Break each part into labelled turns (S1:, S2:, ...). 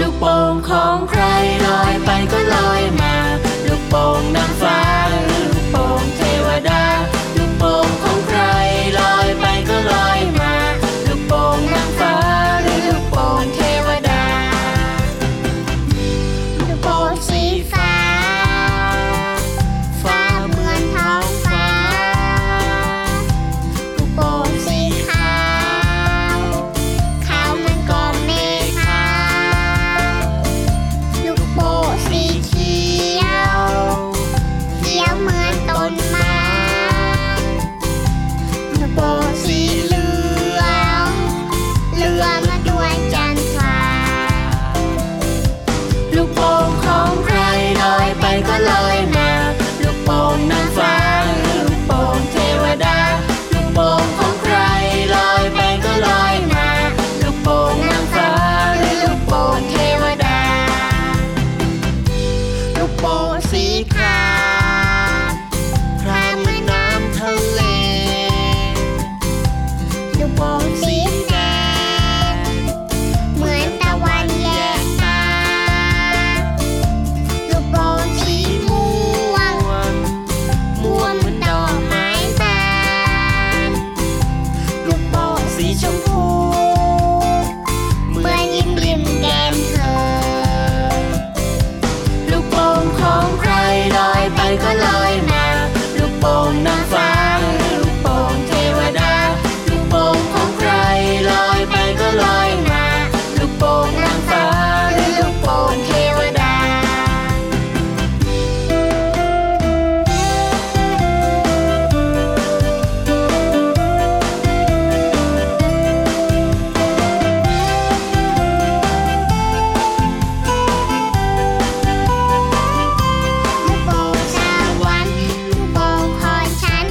S1: ลูกโป่งของใครลอยไปก็ลอยมา ลูกโป่งนางฟ้าหรือลูกโป่งเทวดา ลูกโป่งของใครลอยไปก็ลอยมา ลูกโป่งนางฟ้าหรือลูกโป่งเทวดา
S2: ลูกโป่งสีฟ้า ฟ้าเหมือนท้องฟ้า ลูกโป่งสีขาว ขาวเหมันกองเมฆาลูกโป่งสีเขียว เขียวเหมือนต้นไม้ ลูกโป่งสีเหลือง เหลืองมาด้วยจันทรา
S1: ลูกโป่งของใครลอยไปก็ลอยมา ลูกโป่งนางฟ้าหรือลูกโป่งเทวดา ลูกโป่งของใครลอยไปก็ลอยมา ลูกโป่งนางฟ้าหรือลูกโป่งเทวดา ลูกโป่งสีขาวพระเหมือนน้ำทะเล
S2: ลูกโป่งสีแดง เหมือนตะวันแยกตา ลูกโป่งสีม่วง ม่วงเหมือนดอกไม้บานลูกโป่งสีชมพู เหมือนยิ้มริมแก้มเธอ
S1: ลูกโป่งของใครลอยไปก็ลอยมา ลูกโป่งนางฟ้าหรือลูกโป่งเทวดา ลูกโป่งของใครลอยไปก็ลอยมา ลูกโป่งนางฟ้าหรือลูกโป่งเทวดา
S2: ลูกโป่งสวรรค์ลูกโป่งของฉัน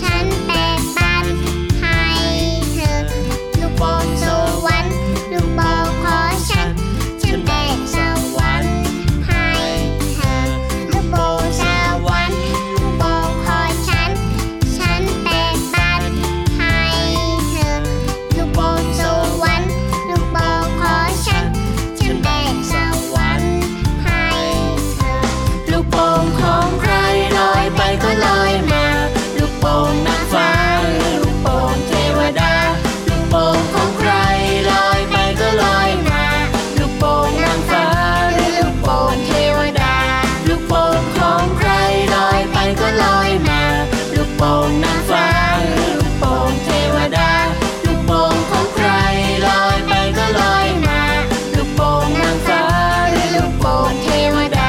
S2: ฉันแบ่งปันให้เธอ ลูกโป่งสวรรค์ลูกโป่งของฉัน ฉันแบ่งสวรรค์ให้เธอ ลูกโป่งสวรรค์ลูกโป่งของฉัน ฉันแบ่งปันให้เธอ ลูกโป่งสวรรค์ลูกโป่งของฉัน ฉันแบ่งสวรรค์ให้เธอ
S1: ลูกโป่งของใครลอยไปก็ลอยมา ลูกโป่งนางฟ้าหรือลูกโป่งเทวดา ลูกโป่งของใครลอยไปก็ลอยมา ลูกโป่งนางฟ้าหรือลูกโป่งเทวดา ลูกโป่งของใครลอยไปก็ลอยมา ลูกโป่งนางฟ้าหรือลูกโป่งเทวดา ลูกโป่งของใครลอยไปก็ลอยมา ลูกโป่งนางฟ้าหรือลูกโป่งเทวดา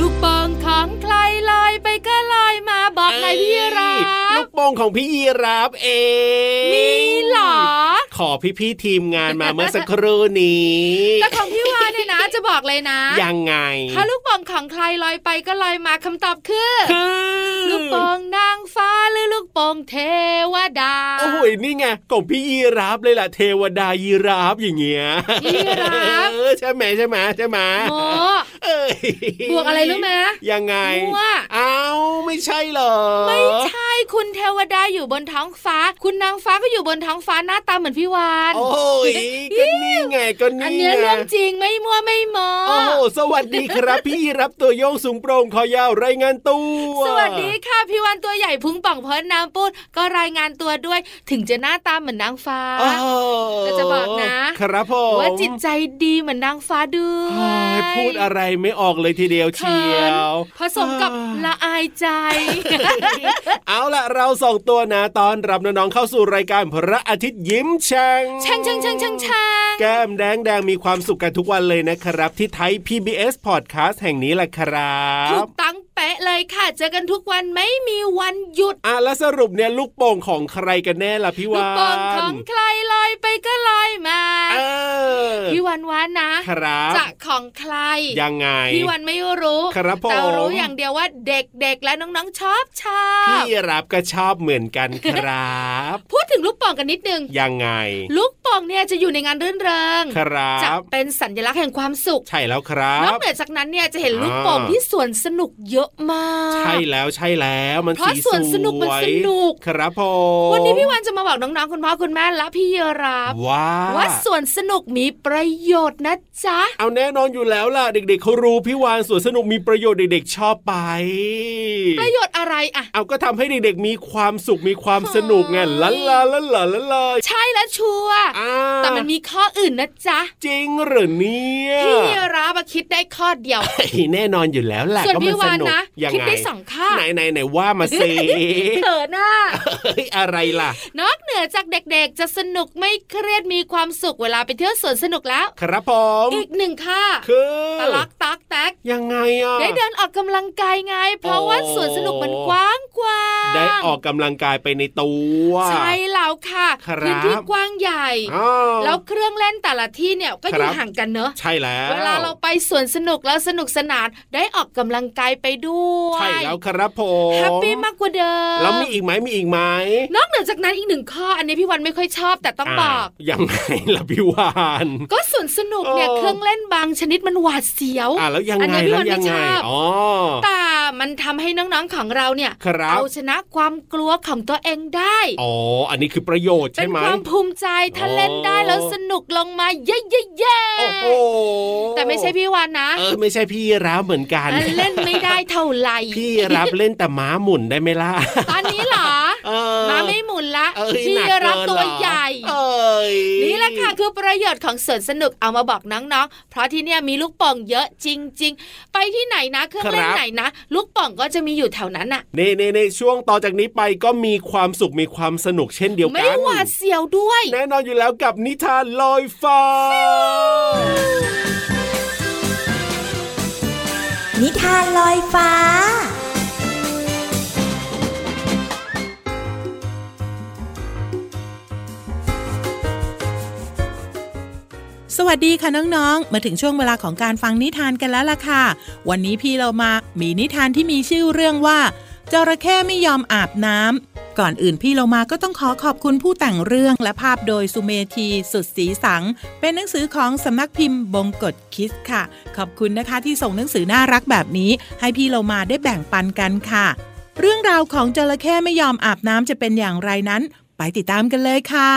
S3: ลูกโป่งของใครลอยไปก็ลอยมาบอกนายพี่รั
S4: ลู
S3: บ
S4: กโป่งของพี่ยีรับเอง
S3: มีเหรอ
S4: ขอพี่พี่ๆทีมงานมาเมื่อสักครู่นี้
S3: แต่ของพี่วานเนี่ยนะจะบอกเลยนะ
S4: ยังไง
S3: ถ้าลูกโป่งของใครลอยไปก็ลอยมาคำตอบคือ
S4: คือ
S3: ลูกโป่งนางฟ้าหรือลูกโป่งเทวดา
S4: โอ้โหนี่ไงของพี่ยีรับเลยล่ะเทวดายีรับอย่างเงี้ย
S3: พี่รับ
S4: เออใช่ไหมใช่ไหมใช่ไหม
S3: โม
S4: เอ้ย
S3: บวกอะไรรู้ไหม
S4: ยังไง
S3: มั่ว
S4: เอาไม่ใช่เหรอ
S3: ไม่ใช่คุณเทวดาอยู่บนท้องฟ้า คุณนางฟ้าก็อยู่บนท้องฟ้าหน้าตาเหมือนพี่วาน
S4: โอ้ยก็นี่ไงก็นี่
S3: อันเนี้ย
S4: ไง
S3: เรื่องจริงไม่มั่วไม่โมอ
S4: โอ้โหสวัสดีครับ พี่รับตัวโยงสูงโปร่งคอยาวรายงานตัว
S3: สวัสดีค่ะพี่วันตัวใหญ่พุงป่องพ้นน้ำปูดก็รายงานตัวด้วยถึงจะหน้าตาเหมือนนางฟ้า
S4: โอ้โห
S3: แต่จะบอกนะ
S4: ครับผม
S3: ว่าจิตใจดีเหมือนนางฟ้าด้ว
S4: เฮ้
S3: ย
S4: ยพูดอะไรไม่ออกเลยทีเดียวเชี
S3: เขิ
S4: ย
S3: น
S4: ว
S3: ผสมกับ
S4: เออ
S3: ละอายใจ
S4: เอาล่ะ ละเราสองตัวนะตอนรับน้องๆเข้าสู่รายการพระอาทิตย์ยิ้มแฉ่ง
S1: แช่งแช่งแช่งแช่งแช่ง
S4: แก้มแดงแดงมีความสุขกันทุกวันเลยนะครับ ที่ไทย PBS Podcast แห่งนี้แหละครั
S1: ถู
S4: บ
S1: กตั้งเป๊ะเลยค่ะ เจอกันทุกวันไม่มีวันหยุด
S4: อ่ะแล้วสรุปเนี่ยลูกโป่งของใครกันแน่ล่ะพี่
S1: ลู
S4: วาก น
S1: โป่งของใครลอยไปก็ลอยมา
S4: เออ
S1: พี่วันว่านะ
S4: ครับ
S1: จะของใคร
S4: ยังไง
S1: พี่วันไม่รู้
S4: ครับผม
S1: แต่รู้อย่างเดียวว่าเด็กๆและน้องๆชอบชอบ
S4: พี่รับก็ชอบเหมือนกันครับ
S1: พูดถึงลูกโป่องกันนิดนึง
S4: ยังไง
S1: ลูกโป่องเนี่ยจะอยู่ในงานรื่นเริง
S4: ครั
S1: จะ
S4: บ
S1: เป็นสัญลักษณ์แห่งความสุข
S4: ใช่แล้วครั
S1: นอก
S4: บ
S1: เหนือจากนั้นเนี่ยจะเห็น
S4: อ่า
S1: ลูกโป่งที่สวนสนุกเยอะมาก
S4: ใช่แล้วใช่แล้วมัน
S1: เพราะ
S4: สี
S1: สวนสนุกมันสนุก
S4: ครับผม
S1: วันนี้พี่วันจะมาบอกน้องๆคุณพ่อคุณแม่และพี่เยรับ
S4: ว้า
S1: ว่าสวนสนุกมีประโยชน์นะจ๊ะ
S4: เอาแน่นอนอยู่แล้วล่ะ เด็ก ๆเขารู้พี่วานสวนสนุกมีประโยชน์เด็ก ๆ ชอบไป
S1: ประโยชน์อะไรอะ
S4: เอาก็ทำให้เด็กๆมีความสุขมีความสนุกไง
S1: เฮ้ย
S4: ลาลาลาลาลาลา
S1: ใช่และชัวร์
S4: อ่า
S1: แต่มันมีข้ออื่นนะจ๊ะ
S4: จริงเหรือเนี่ย
S1: พี่เยรับอะคิดได้ข้อเดียว
S4: เฮ้ยแน่นอนอยู่แล้วแหละ
S1: ส่วน
S4: ก็มั
S1: พี่
S4: นส
S1: วาน
S4: นุก
S1: นะ
S4: ยัง
S1: คิด
S4: ไง
S1: ได้สองข้อ
S4: ไหนไหนไหนว่ามาสิ
S1: เขินอ่ะ
S4: เฮ้ยอะไรล่ะ
S1: นอกเหนือจากเด็กๆ จะสนุกไม่เครียดมีความสุขเวลาไปเที่ยวสวนสนุกแล้ว
S4: ครับผม
S1: อีกหนึ่งค่ะ
S4: คือ
S1: ตะลักตักแตก
S4: ยังไงอ่ะ
S1: ได้เดินออกกำลังกายไง เพราะว่าสวนสนุกมันกว้างกว้าง
S4: ได้ออกกำลังกายไปในตัว
S1: ใช่แล้วค่ะ
S4: ครับ
S1: พื้นที่กว้างใหญ่
S4: อ้าว
S1: แล้วเครื่องเล่นแต่ละที่เนี่ยก็อ
S4: ค
S1: ยู่
S4: รับ
S1: ห่างกันเนอะ
S4: ใช่แล้ว
S1: เวลาเราไปสวนสนุกแล้วสนุกสนานได้ออกกำลังกายไปด้วย
S4: ใช่แล้วครับผม
S1: แฮปปี้มากกว่าเดิม
S4: แล้วมีอีกไหมมีอีกไหม
S1: นอกเหนือจากนั้นอีกหนึ่งข้อ อันนี้พี่วันไม่ค่อยชอบแต่ต้องบอก
S4: ายังไงล่ะพี่วาน
S1: ก็สวนสนุกเนี่ย
S4: เออ
S1: เครื่องเล่นบางชนิดมันหวาดเสียว
S4: อ่าแล้วยัง
S1: อัน
S4: ไง
S1: นี้
S4: แล้
S1: พี่ั
S4: ววน
S1: ไม่
S4: ยังไง
S1: ชอบ
S4: อ๋อ
S1: แต่มันทำให้น้องๆของเราเนี่ย
S4: ครับ
S1: เอาชนะความกลัวของตัวเองได้
S4: อ๋อ อันนี้คือประโยชน์
S1: เป็
S4: ใช่
S1: น
S4: ไหม
S1: ความภูมิใจถ้า
S4: อ๋อ
S1: เล่นได้แล้วสนุกลงมาเย้เย้เย้
S4: โอ้โห
S1: แต่ไม่ใช่พี่วันนะ
S4: เออไม่ใช่พี่รับเหมือนกัน
S1: อันเล่นไม่ได้เท่าไหร่
S4: พี่รับเล่นแต่ม้าหมุนได้ไหมล่ะ
S1: ตอนนี้เหรอ
S4: เออ
S1: มาไม่หมุนละ
S4: เอ้ย
S1: ที่
S4: หนัก
S1: รับ
S4: เกิน
S1: ตัว
S4: เอ
S1: ใหญ่
S4: เอ้ย
S1: นี่แหละค่ะคือประโยชน์ของสวนสนุกเอามาบอกน้องๆ เพราะที่เนี่ยมีลูกโป่องเยอะจริง ๆ ไปที่ไหนนะเครื่องเล่น
S4: ครับ
S1: ไหนนะ ลูกโป่องก็จะมีอยู่แถวนั้นน่ะ
S4: นี่ในในช่วงต่อจากนี้ไปก็มีความสุขมีความสนุกเช่นเดียว
S1: ไม่
S4: กั
S1: ได้หวาดเสียวด้วย
S4: แน่นอนอยู่แล้วกับนิทานลอยฟ้า
S5: นิทานลอยฟ้า
S6: สวัสดีค่ะน้องๆ มาถึงช่วงเวลาของการฟังนิทานกันแล้วล่ะค่ะ วันนี้พี่เรามามีนิทานที่มีชื่อเรื่องว่าจระเข้ไม่ยอมอาบน้ำก่อนอื่นพี่เรามาก็ต้องขอขอบคุณผู้แต่งเรื่องและภาพโดยสุเมธีสุดสีสัง เป็นหนังสือของสำนักพิมพ์บงกฎคิดค่ะ ขอบคุณนะคะที่ส่งหนังสือน่ารักแบบนี้ ให้พี่เรามาได้แบ่งปันกันค่ะ เรื่องราวของจระเข้ไม่ยอมอาบน้ำจะเป็นอย่างไรนั้น ไปติดตามกันเลยค่ะ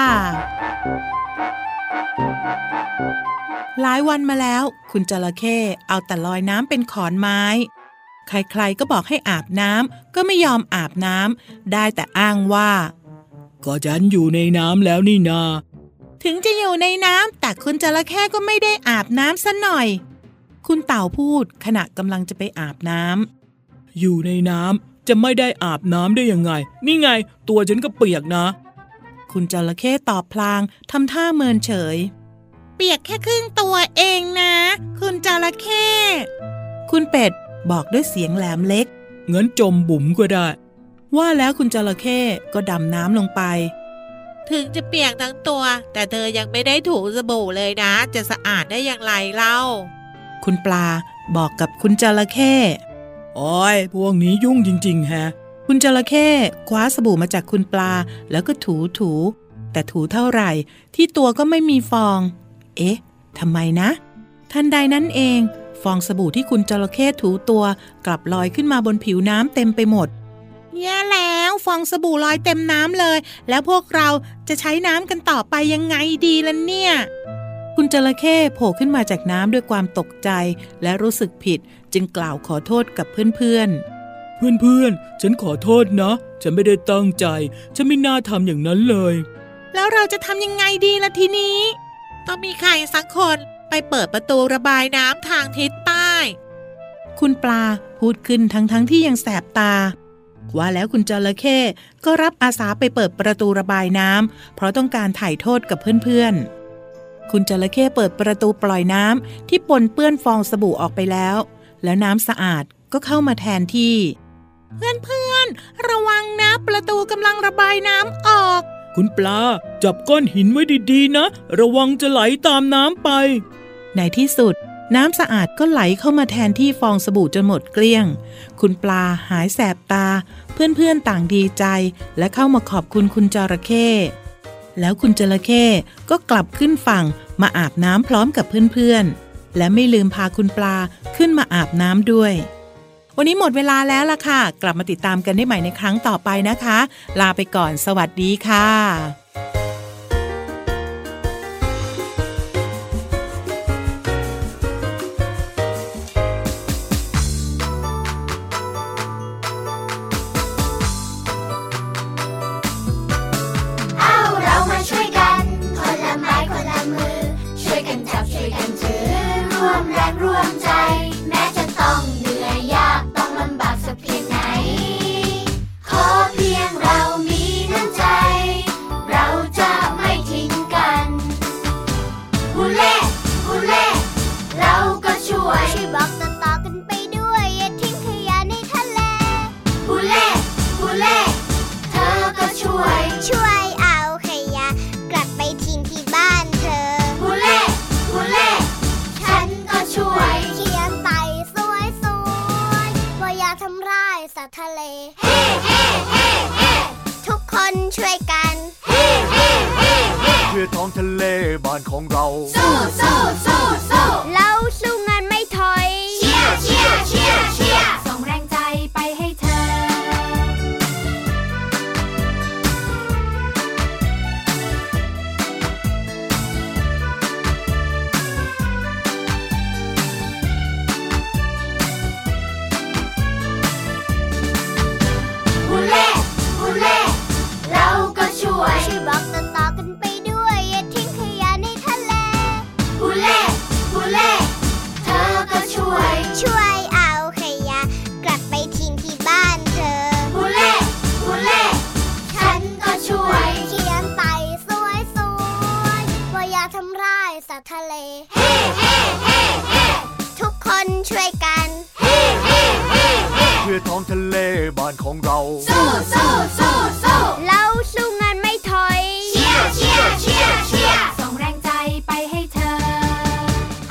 S6: หลายวันมาแล้ว คุณจระเข้เอาแต่ลอยน้ำเป็นขอนไม้ ใครๆก็บอกให้อาบน้ำก็ไม่ยอมอาบน้ำได้แต่อ้างว่า
S7: ก็ฉันอยู่ในน้ำแล้วนี่นา
S6: ถึงจะอยู่ในน้ำแต่คุณจระเข้ก็ไม่ได้อาบน้ำซะหน่อย คุณเต่าพูดขณะกำลังจะไปอาบน้
S7: อยู่ในน้ำจะไม่ได้อาบน้ำได้ยังไง นี่ไง ตัวฉันก็เปียกนะ
S6: ำคุณจระเข้ตอบพลางทำท่าเมินเฉย เปียกแค่ครึ่งตัวเองนะ คุณจระเข้คุณเป็ดบอกด้วยเสียงแหลมเล็ก
S7: งั้นจมบุ๋มก็ได้
S6: ว่าแล้วคุณจระเข้ก็ดำน้ำลงไป
S8: ถึงจะเปียกทั้งตัว แต่เธอยังไม่ได้ถูสบู่เลยนะ จะสะอาดได้อย่างไรเล่า
S6: คุณปลาบอกกับคุณจระเข้
S7: โอ้ย พวกนี้ยุ่งจริง ๆ แฮะ
S6: คุณจระเข้คว้าสบู่มาจากคุณปลาแล้วก็ถูถู แต่ถูเท่าไหร่ ที่ตัวก็ไม่มีฟอง เอ๊ะทำไมนะ ทันใดนั้นเอง ฟองสบู่ที่คุณจระเข้ถูตัวกลับลอยขึ้นมาบนผิวน้ำเต็มไปหมดแย่แล้วฟองสบู่ลอยเต็มน้ำเลย แล้วพวกเราจะใช้น้ำกันต่อไปยังไงดีล่ะเนี่ย คุณจระเข้โผล่ขึ้นมาจากน้ำด้วยความตกใจ และรู้สึกผิดจึงกล่าวขอโทษกับเพื่อนๆ
S7: เพื่อนๆ ฉันขอโทษนะ ฉันไม่ได้ตั้งใจ ฉันไม่น่าทำอย่างนั้นเลย
S8: แล้วเราจะทำยังไงดีล่ะทีนี้ ต้องมีใครสักคนไปเปิดประตูระบายน้ำทางทิศใต้
S6: คุณปลาพูดขึ้นทั้งๆทที่ยังแสบตา ว่าแล้วคุณจระเข้ก็รับอาสาไปเปิดประตูระบายน้ำเพราะต้องการถ่ายโทษกับเพื่อนๆ คุณจระเข้เปิดประตูปล่อยน้ำที่ปนเปื้อนฟองสบู่ออกไปแล้ว แล้วน้ำสะอาดก็เข้ามาแทนที่ เพื่อนๆ ระวังนะ ประตูกำลังระบายน้ำออก
S9: คุณปลา จับก้อนหินไว้ดีๆนะ ระวังจะไหลตามน้ำไป
S6: ในที่สุด น้ำสะอาดก็ไหลเข้ามาแทนที่ฟองสบู่จนหมดเกลี้ยง คุณปลาหายแสบตา เพื่อนๆต่างดีใจ และเข้ามาขอบคุณคุณจระเข้แล้วคุณจระเข้ก็กลับขึ้นฝั่งมาอาบน้ำพร้อมกับเพื่อนๆ และไม่ลืมพาคุณปลาขึ้นมาอาบน้ำด้วย วันนี้หมดเวลาแล้วล่ะค่ะ กลับมาติดตามกันได้ใหม่ในครั้งต่อไปนะคะ ลาไปก่อนสวัสดีค่ะ
S2: เอาเรามาช่วยกัน คนละไม้คนละมือ ช่วยกันจับช่วยกันถือ ร่วมแรงร่วมใจ แม้จะต้องเหนื่อยยากต้องลำบากสักเพียงไหน ขอเพียงเรามีน้ำใจ เราจะไม่ทิ้งกันฮูเล่ฮูเล่เราก็ช่วยช่วยบอกต่อๆกันไปด้วย อย่าทิ้งขยะในทะเลฮูเล่ฮูเล่ เธอก็ช่วย ช่วยเอาขยะ กลับไปทิ้งที่บ้านเธอฮูเล่ฮูเล่ฉันก็ช่วย เขียนไปสวยสวยว่าอย่าทำร้ายสัตว์ทะเล เฮ้เฮ้เฮ้เฮ้ทุกคนช่วยกัน เฮ้เฮ้เฮ้เฮ้
S10: เพื่อท้องทะเลบ้านของเรา
S2: สู้สู้สู้สู้เราสู้งานไม่ถอย เชียร์เชียร์เชียร์เชียร์ส่งแรงใจไปให้เธอ ฮูเล่ฮูเล่เราก็ช่วย ช่วยบอกต่อๆกันไปด้วย อย่าทิ้งขยะในทะเลฮูเล่ฮูเล่เธอก็ช่วย ช่วยเอาขยะ กลับไปทิ้งที่บ้านเธอฮูเล่ฮูเล่ฉันก็ช่วย เขียนไปสวยสวยว่าอย่าทำร้ายสัตว์ทะเล เฮ้เฮ้เฮ้เฮ้ทุกคนช่วยกัน เฮ้เฮ้เฮ้เฮ้
S10: เพื่อท้องทะเลบ้านของเรา
S2: สู้สู้สู้สู้เราสู้งานไม่ถอย เชียร์เชียร์เชียร์เชียร์ส่งแรงใจไปให้เธอ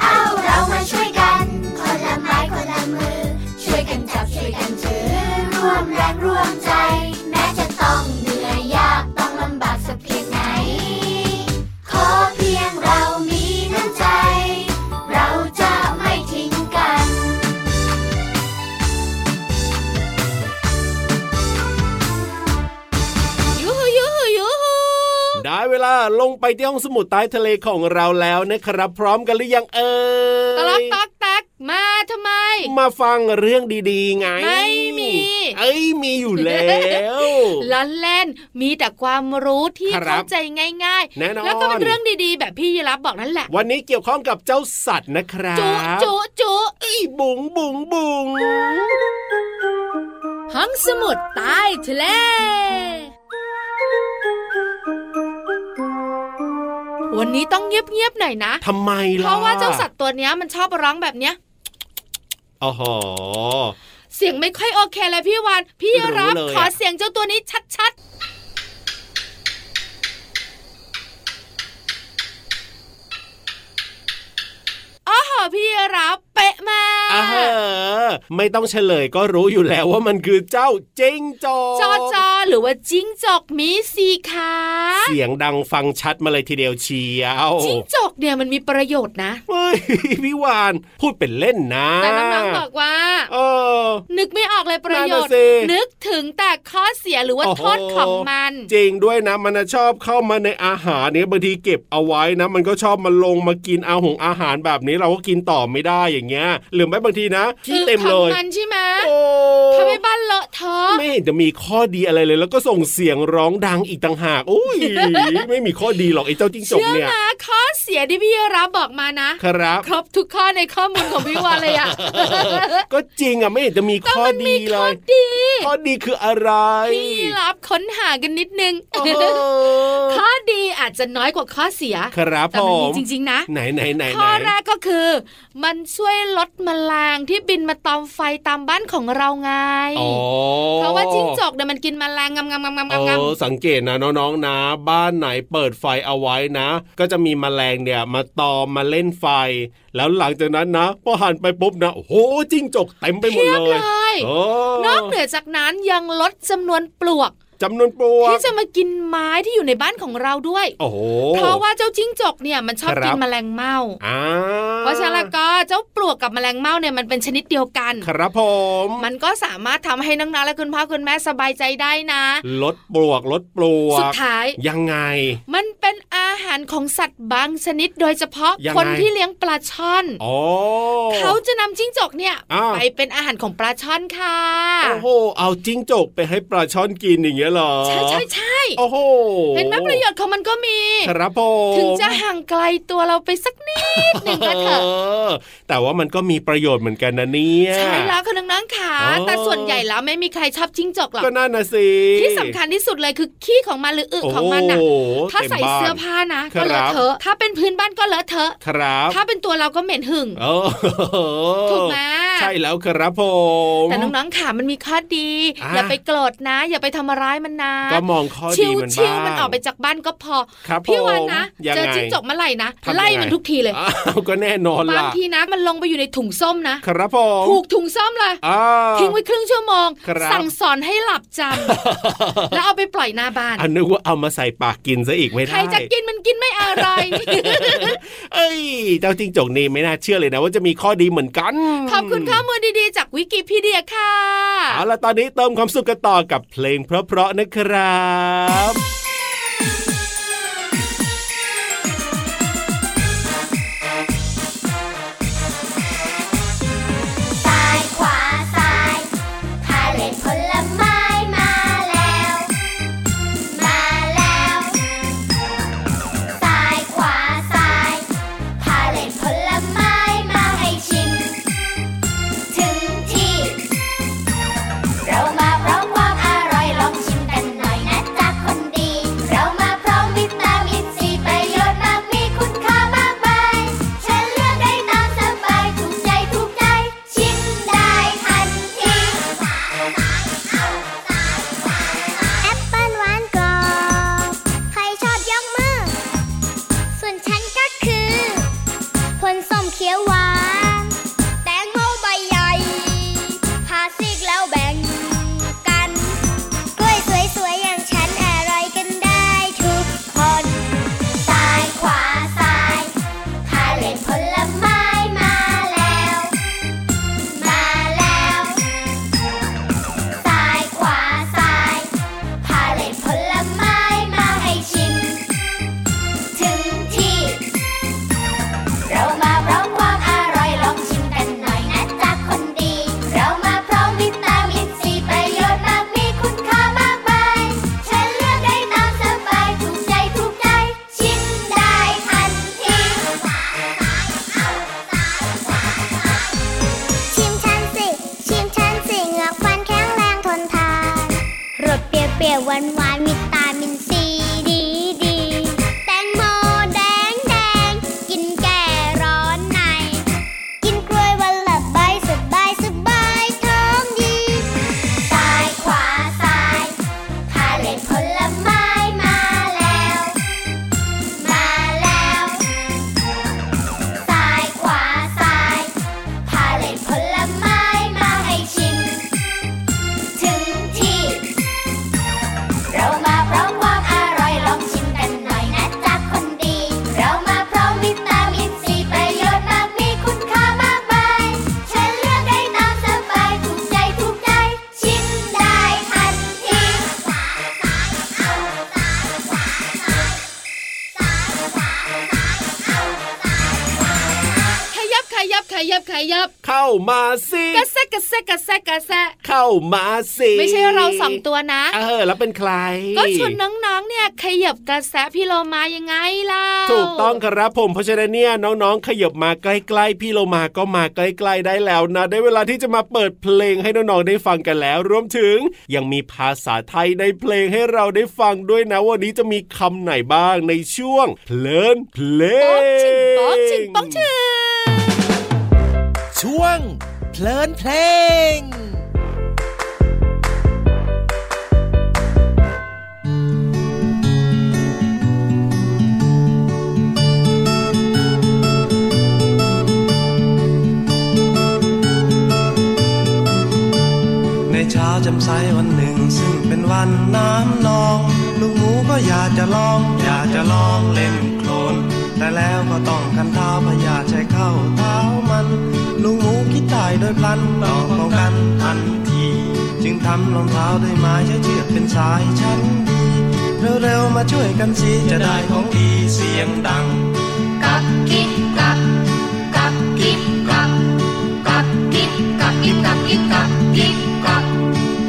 S2: เอาเรามาช่วยกัน คนละไม้คนละมือ ช่วยกันจับช่วยกันถือ ร่วมแรงร่วมใจ แม้จะต้องเหนื่อยยากต้องลำบากสักเพียงไหน ขอเพียงเรามีน้ำใจ เราจะไม่ทิ้งกัน
S3: ยูฮูยูฮูยูฮู
S4: ได้เวลาลงไปที่ห้องสมุดใต้ทะเลของเราแล้วนะครับ พร้อมกันหรือยังเอ่
S3: ตะลัก
S4: ย
S3: ตักตักมาทำไม
S4: มาฟังเรื่องดีๆ ไง
S3: ไม่มี
S4: เอ้ยมีอยู่แล้ว
S3: ล้อเล่นมีแต่ความรู้ที่
S4: ครับ
S3: เข้าใจง่าย
S4: แน่นอน
S3: แล้วก็เป็นเรื่องดีๆ แบบพี่ยีรับบอกนั่นแหละ
S4: วันนี้เกี่ยวข้องกับเจ้าสัตว์นะครับ
S3: จุจุจุ
S4: เอ้ยบุ๋งบุ๋งบุ๋ง
S3: ห้องสมุดใต้ทะเล วันนี้ต้องเงียบๆหน่อยนะ
S4: ทำไม
S3: เพ
S4: ล่ะ
S3: ราะว่าเจ้าสัตว์ตัวเนี้ยมันชอบร้องแบบเนี้ย
S4: อ๋อหอ
S3: เสียงไม่ค่อยโอเคเลยพี่วานพี่รับ
S4: รู้เลยอะ
S3: ขอเสียงเจ้าตัวนี้ชัดๆอ๋อเหรอพี่รับเป๊ะมาก
S4: อ่าฮะไม่ต้องเฉลยก็รู้อยู่แล้วว่ามันคือเจ้าจิงจอก
S3: จอจอหรือว่าจิ้งจอกมีสีขา
S4: เสียงดังฟังชัดมาเลยทีเดียวเชียว
S3: จิ้งจอกเนี่ยมันมีประโยชน์นะ
S4: เฮ้ ยพี่วานพูดเป็นเล่นนะ
S3: แต่น้องๆบอกว่า
S4: เออ
S3: นึกไม่ออกเลยประโยช
S4: นั่น
S3: น์
S4: น่ะสิ
S3: นึกถึงแต่ข้อเสียหรือว่า
S4: โอ้โห
S3: โทษของมัน
S4: จริงด้วยนะมันน่ะชอบเข้ามาในอาหารเนี่ยบางทีเก็บเอาไว้นะ มันก็ชอบมาลงมากินเอาหงอาหารแบบนี้เราก็กินต่อไม่ได้อย่างเงี้ยหรือไม่บางทีนะ
S3: คื
S4: ขี้
S3: อ
S4: เต็ม
S3: ข
S4: เล
S3: อง
S4: ย
S3: มันใช่ไหม
S4: โอ้
S3: ทำให้บ้านเลอะเทอะ
S4: ไม่เห็นจะมีข้อดีอะไรเลย แล้วก็ส่งเสียงร้องดังอีกต่างหากอุ้ ย ไม่มีข้อดีหรอกไอ้เจ้าจิ้งจก
S3: เชื่อ
S4: เนี่ย
S3: นะข้อเสียที่พี่รับบอกมานะ
S4: ครับ
S3: ครบทุกข้อในข้อมูลของพี่วานเลยอะ
S4: ก็จริงอ่ะไม่เห็นจะมี
S3: ต้อง
S4: ข้อ
S3: มันมี
S4: ดีเล
S3: ข้อย ดี
S4: ข้อดี คืออะไร
S3: พี่รับค้นหากันนิดนึง
S4: โอ้โห
S3: ข้อดีอาจจะน้อยกว่าข้อเสีย
S4: ครับ
S3: แต่
S4: ผ
S3: มันมี
S4: ม
S3: จริง ๆ นะ
S4: ไหนไหนไหนไหน
S3: ข้อแรกก็คือ มันช่วยลดแมลงที่บินมาตอมไฟตามบ้านของเราไง
S4: อ๋อ
S3: เพราะว่าจิ้งจอกเนี่ยมันกินแมลงงำงำงำงำ
S4: เอง
S3: ำง
S4: อสังเกตนะน้องๆนะ บ้านไหนเปิดไฟเอาไว้นะ ก็จะมีแมลงเนี่ยมาตอมมาเล่นไฟ แล้วหลังจากนั้นนะพอหันไปปุ๊บนะโอ้โหจิ้งจกเต็มไป
S3: ำ
S4: หมด
S3: เพียบ
S4: เล
S3: เลย ย
S4: โอ้
S3: นอกเหนือจากนั้นยังลดจำนวนปลวก
S4: จำนวนปลวก
S3: ที่จะมากินไม้ที่อยู่ในบ้านของเราด้วย
S4: โอ้โห
S3: เพราะว่าเจ้าจิ้งจกเนี่ยมันชอบ
S4: ครับ
S3: กินแมลงเม่า
S4: อ่า
S3: เพราะฉะนั้นแล้วก็เจ้าปลวกกับแมลงเม่าเนี่ยมันเป็นชนิดเดียวกัน
S4: ครับผม
S3: มันก็สามารถทำให้น้องๆและคุณพ่อคุณแม่สบายใจได้นะ
S4: ลดปลวกลดปลว
S3: สุด
S4: ก
S3: ท้าย
S4: ยังไง
S3: มันเป็นอาหารของสัตว์บางชนิดโดยเฉพาะ
S4: ยังไง
S3: คนที่เลี้ยงปลาช่อน
S4: อ๋อ
S3: เขาจะนำจิ้งจกเนี่ย
S4: อ้าว
S3: ไปเป็นอาหารของปลาช่อนค่ะ
S4: โอ้โห เอาจิ้งจกไปให้ปลาช่อนกินอย่างเงี้ยเหรอ
S3: ใช่ใช่ใช่
S4: โอ้โห
S3: เห็นไหมประโยชน์ของมันก็มี
S4: ครับผม
S3: ถึงจะห่างไกลตัวเราไปสักนิดหนึ่งก็เถอะ
S4: เออแต่ว่ามันก็มีประโยชน์เหมือนกันนะเนี่ย
S3: ใช่แล้วค่ะน้องๆขา
S4: อ๋อ
S3: แต่ส่วนใหญ่แล้วไม่มีใครชอบจิ้งจกหรอก
S4: ก็น่านะสิ
S3: ที่สำคัญที่สุดเลยคือขี้ของมันหรืออึ
S4: โโห
S3: ของมันน่ะ ถ้า
S4: ต็ม
S3: ใส่
S4: บ้น
S3: เสื้อผ้านะก็เล
S4: ครั
S3: อะ
S4: บ
S3: เทอะถ้าเป็นพื้นบ้านก็เลอะเทอะ
S4: ครับ
S3: ถ้าเป็นตัวเราก็เหม็นหึ่ง
S4: โอ้โห
S3: ถูกไหม
S4: ใช่แล้วครับผม
S3: แต่น้องๆขามันมีข้อดี
S4: อ่ะ
S3: อย่าไปโกรธนะ อย่าไปทำร้ายมันนะ
S4: ก็มองข้อ
S3: ชิ
S4: ดี
S3: ว
S4: มัน
S3: ๆ
S4: บ้าง
S3: มันออกไปจากบ้านก็พอ
S4: ครับ
S3: พี่วัน
S4: ผม
S3: นะ
S4: ยัง
S3: เจอ
S4: ไง
S3: จิ้งจกเมื่อไหร่นะ
S4: ทำยังไง
S3: ไล่มันทุกทีเลย
S4: อ้าวก็แน่นอน
S3: บาง
S4: ล่ะ
S3: ทีนะมันลงไปอยู่ในถุงส้มนะครับ
S4: ผม
S3: ผูกถุงส้มเลย
S4: อ่า
S3: ทิ้งไว้ครึ่งชั่วโมง
S4: ครับ
S3: สั่งสอนให้หลับจ ำแล้วเอาไปปล่อยหน้าบ้าน
S4: อันนึกว่าเอามาใส่ปากกินซะอีกไม่ได้
S3: ใครจะกินมันกินไม่อร่อย
S4: เอ้ย เจ้าจิ้งจกนี่ไม่น่าเชื่อเลยนะ ว่าจะมีข้อดีเหมือนกัน
S3: ขอบคุณข้อมูลดีๆ จากวิกิพีเดียค่ะ
S4: เอาละตอนนี้เติมความสุขกันต่อกับเพลงเพราะๆนะครับ
S2: ซ้ายขวาซ้ายพาเล่นผลไม้มาแล้ว มาแล้วซ้ายขวาซ้ายพาเล่นผลไม้มาให้ชิม ถึงที่ เรามาพร้อมความอร่อยลองชิมกันหน่อยนะจ๊ะคนดี เรามาพร้อมวิตามินซีประโยชน์มากมีคุณค่ามากมายฉันเลือกได้ตามสบายถูกใจถูกใจ ชิมได้ทันทีแอปเปิ้ลหวานกรอบใครชอบยกมือ ส่วนฉันก็คือผลส้มเขียวหวาน แตงโมใบใหญ่พาซีกแล้วแบ่งกัน กล้วยสวยๆ อย่างฉันอร่อยกันได้ทุกคนซ้ายขวาซ้ายพาเล่นผลไม้มาแล้ว มาแล้วซ้ายขวาซ้ายพาเล่นผลไม้มาให้ชิม ถึงที่ เรามาพร้อมความอร่อยลองชิมกันหน่อยนะจ๊ะคนดี เรามาพร้อมวิตามินซีประโยชน์มากมีคุณค่ามากมายฉันเลือกได้ตามสบายถูกใจถูกใจ ชิมได้ทันทีชิมฉันสิ ชิมฉันสิเหงือกฟันแข็งแรงทนทานรสเปรี้ยวๆหวานๆวิตามินซีดีดีๆแตงโมแดงแดงๆกินแก่ร้อนใน กินกล้วยวันละใบสบายสบายท้องดีซ้ายขวาซ้ายพาเล่นผลไม้มาแล้ว มาแล้วซ้ายขวาซ้ายพาเล่นผลไม้มาให้ชิม ถึงที่ เรามาพ
S3: ยับ
S4: เข้ามาสิ
S3: กระแซะกระแซะกระแซะกระแซะ
S4: เข้ามาสิ
S3: ไม่ใช่เราสองตัวนะ
S4: เออแล้วเป็นใคร
S3: ก็ชวนน้องๆ เนี่ยขยับกระแสพี่โลมายังไงล่ะ
S4: ถูกต้องครับผมเพราะฉะนั้นเนี่ยน้องๆ ขยับมาใกล้ๆ พี่โลมาก็มาใกล้ๆได้แล้วนะ ได้เวลาที่จะมาเปิดเพลงให้น้องๆ ได้ฟังกันแล้ว รวมถึงยังมีภาษาไทยในเพลงให้เราได้ฟังด้วยนะ วันนี้จะมีคำไหนบ้างในช่วง เพลินเพล
S3: โป๊อง
S4: ง
S3: ชิงโป๊องชิงโป๊องชิง
S11: ช่วง เพลินเพลง
S12: ในเช้าจำใสวันหนึ่ง ซึ่งเป็นวันน้ำนอง ลูกหมูก็อยากจะลอง อยากจะลองเล่นโคลน แต่แล้วก็ต้องคันเท้าพยาใช้เข้าเท้ามัน ลูกหมูคิดตายโดยพลันต้องป้องกันทันที จึงทำรองเท้าด้วยไม้ใช้เชือกเป็นสายชั้นดีเร็วๆมาช่วยกันสิจะได้ของดีเสียงดัง
S1: กักกิ๊กกักกักกิ๊กกักกักกิ๊กกักกิ๊กกักกิ๊กกักกิ๊กกัก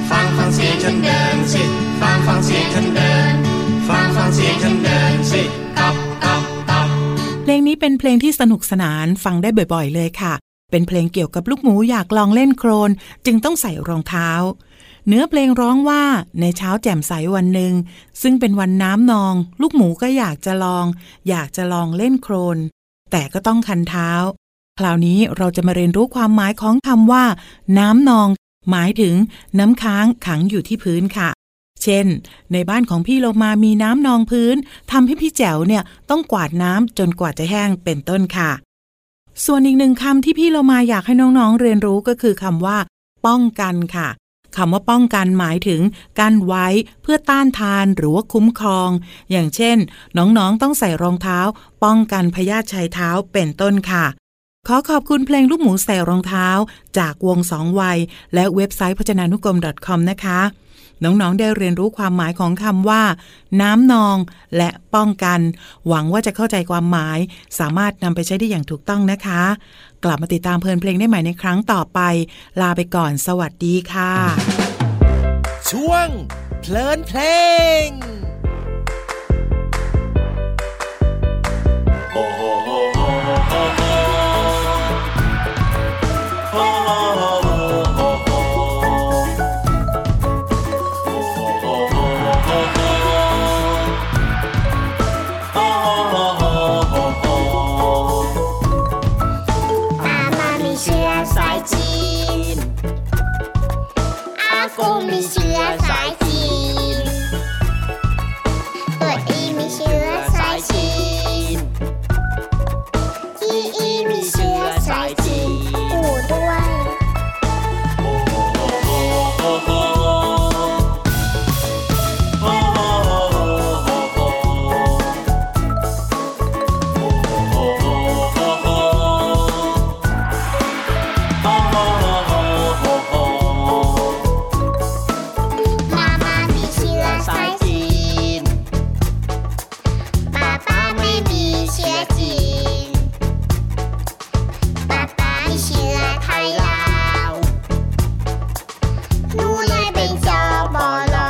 S12: ฟังฟังเสียงฉันเดินสิ ฟังฟังเสียงฉันเดิน ฟังฟังเสียงฉันเดินสิตับตับตับ
S6: เพลงนี้เป็นเพลงที่สนุกสนานฟังได้บ่อยๆเลยค่ะ เป็นเพลงเกี่ยวกับลูกหมูอยากลองเล่นโครน จึงต้องใส่รองเท้า เนื้อเพลงร้องว่าในเช้าแจ่มใสวันหนึ่ง ซึ่งเป็นวันน้ำนอง ลูกหมูก็อยากจะลอง อยากจะลองเล่นโครน แต่ก็ต้องคันเท้า คราวนี้เราจะมาเรียนรู้ความหมายของคำว่า น้ำนอง หมายถึงน้ำค้างขังอยู่ที่พื้นค่ะ เช่น ในบ้านของพี่โลมามีน้ำนองพื้นทำให้พี่แจ๋วเนี่ยต้องกวาดน้ำจนกว่าจะแห้งเป็นต้นค่ะ ส่วนอีกหนึ่งคำที่พี่โลมาอยากให้น้องๆเรียนรู้ก็คือคำว่า ป้องกันค่ะคำว่าป้องกันหมายถึงการไว้เพื่อต้านทานหรือว่าคุ้มครอง อย่างเช่น น้องๆต้องใส่รองเท้า ป้องกันพยาธิชัยเท้าเป็นต้นค่ะ ขอขอบคุณเพลงลูกหมูใส่รองเท้า จากวงสองวัย และเว็บไซต์พจนานุกรม .com นะคะ น้องๆ ได้เรียนรู้ความหมายของคำว่า น้ำนอง และป้องกัน หวังว่าจะเข้าใจความหมาย สามารถนำไปใช้ได้อย่างถูกต้องนะคะ กลับมาติดตามเพลินเพลงได้ใหม่ในครั้งต่อไป ลาไปก่อนสวัสดีค่ะ
S11: ช่วง เพลินเพลง
S2: อามามีเชื้อสายจีน อากูมีเชื้อสายจีน ตัวอีมีเชื้อสายจีนอีอีมีเชื้อสายจีนปู่ด้วย มามามีเชื้อสายจีนป้าป้าไม่มีเชื้อจีนป้าป้ามีเชื้อไทยลาวหนูเลยเป็นจอบอลอ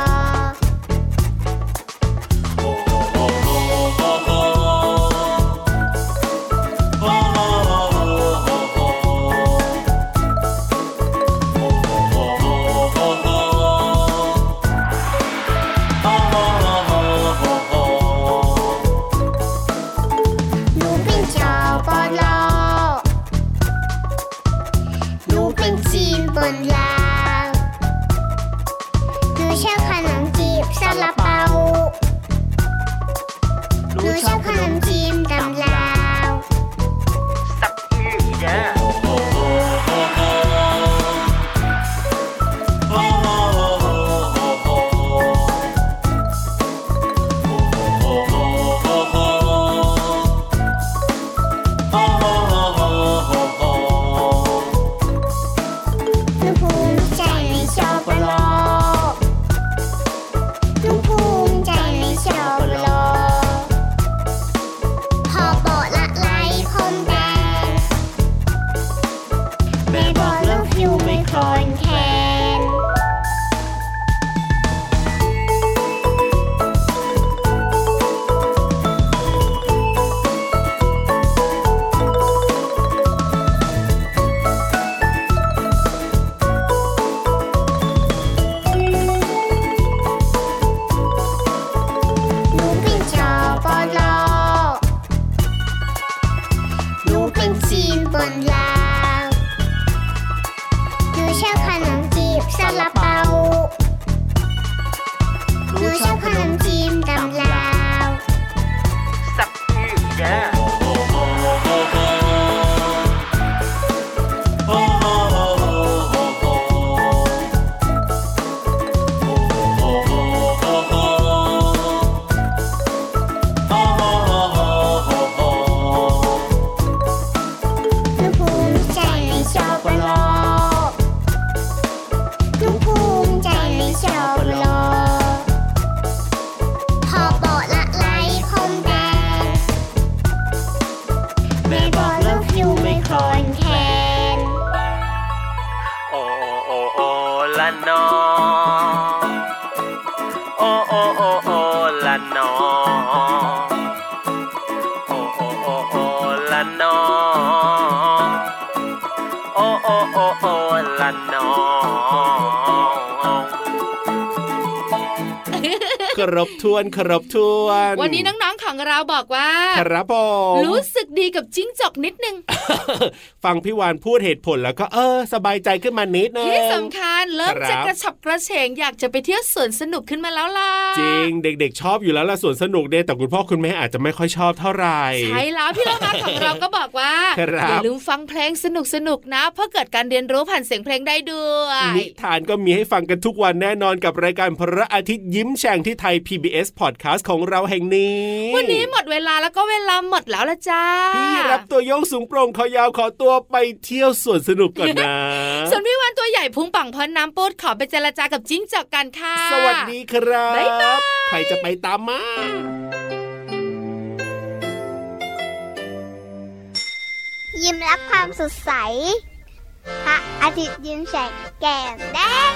S2: หนูเป็นชาวปอนลอหนูเป็นจีนบนลาวหนูชอบขนมจีบซาลาเปาหนูชอบขนมจีนตำลาว หนูภู
S13: โอละนอ โอโอโอโอละนอ โอโอโอโอละนอ โอโอโอโอละนอ
S4: ครบถ้วนครบถ้วน
S3: วันนี้น้องๆของเราบอกว่า
S4: ครับผม
S3: รู้สึกดีกับจิ้งจกนิดนึง
S4: ฟังพี่วานพูดเหตุผลแล้วก็เออ สบายใจขึ้นมานิดนึง
S3: ที่สำคัญเริ่ม
S4: ครับ
S3: จะกระฉับกระเฉงอยากจะไปเที่ยวสวนสนุกขึ้นมาแล้วล่ะ
S4: จริงเด็ก ๆ ชอบอยู่แล้วล่ะส่วนสนุกเนี่ยแต่คุณพ่อคุณแม่อาจจะไม่ค่อยชอบเท่าไหร่
S3: ใช่แล้วพี่โลมาของเราก็บอกว่า
S4: ครับ
S3: อย่าลืมฟังเพลงสนุกๆนะ เพื่อเกิดการเรียนรู้ผ่านเสียงเพลงได้ด้วย
S4: นิทานก็มีให้ฟังกันทุกวันแน่นอนกับรายการพระอาทิตย์ยิ้มแฉ่งที่ไทย PBS Podcast ของเราแห่งนี้
S3: วันนี้หมดเวลาแล้วก็เวลาหมดแล้วละจ้า
S4: พี่รับตัวโยงสูงโปร่งคอยาวขอตัวไปเที่ยวสวนสนุกก่อนนะ
S3: ส่วนพี่วันตัวใหญ่พุงปังพอน้ำปูดขอไปเจรจากับจิ้งจอกกันค่ะ
S4: สวัสดีครับ
S3: บ๊ายบาย
S4: ใครจะไปตามมา
S2: ยิ้มรับความสดใส พระอาทิตย์ยิ้มแฉกแก้มแดง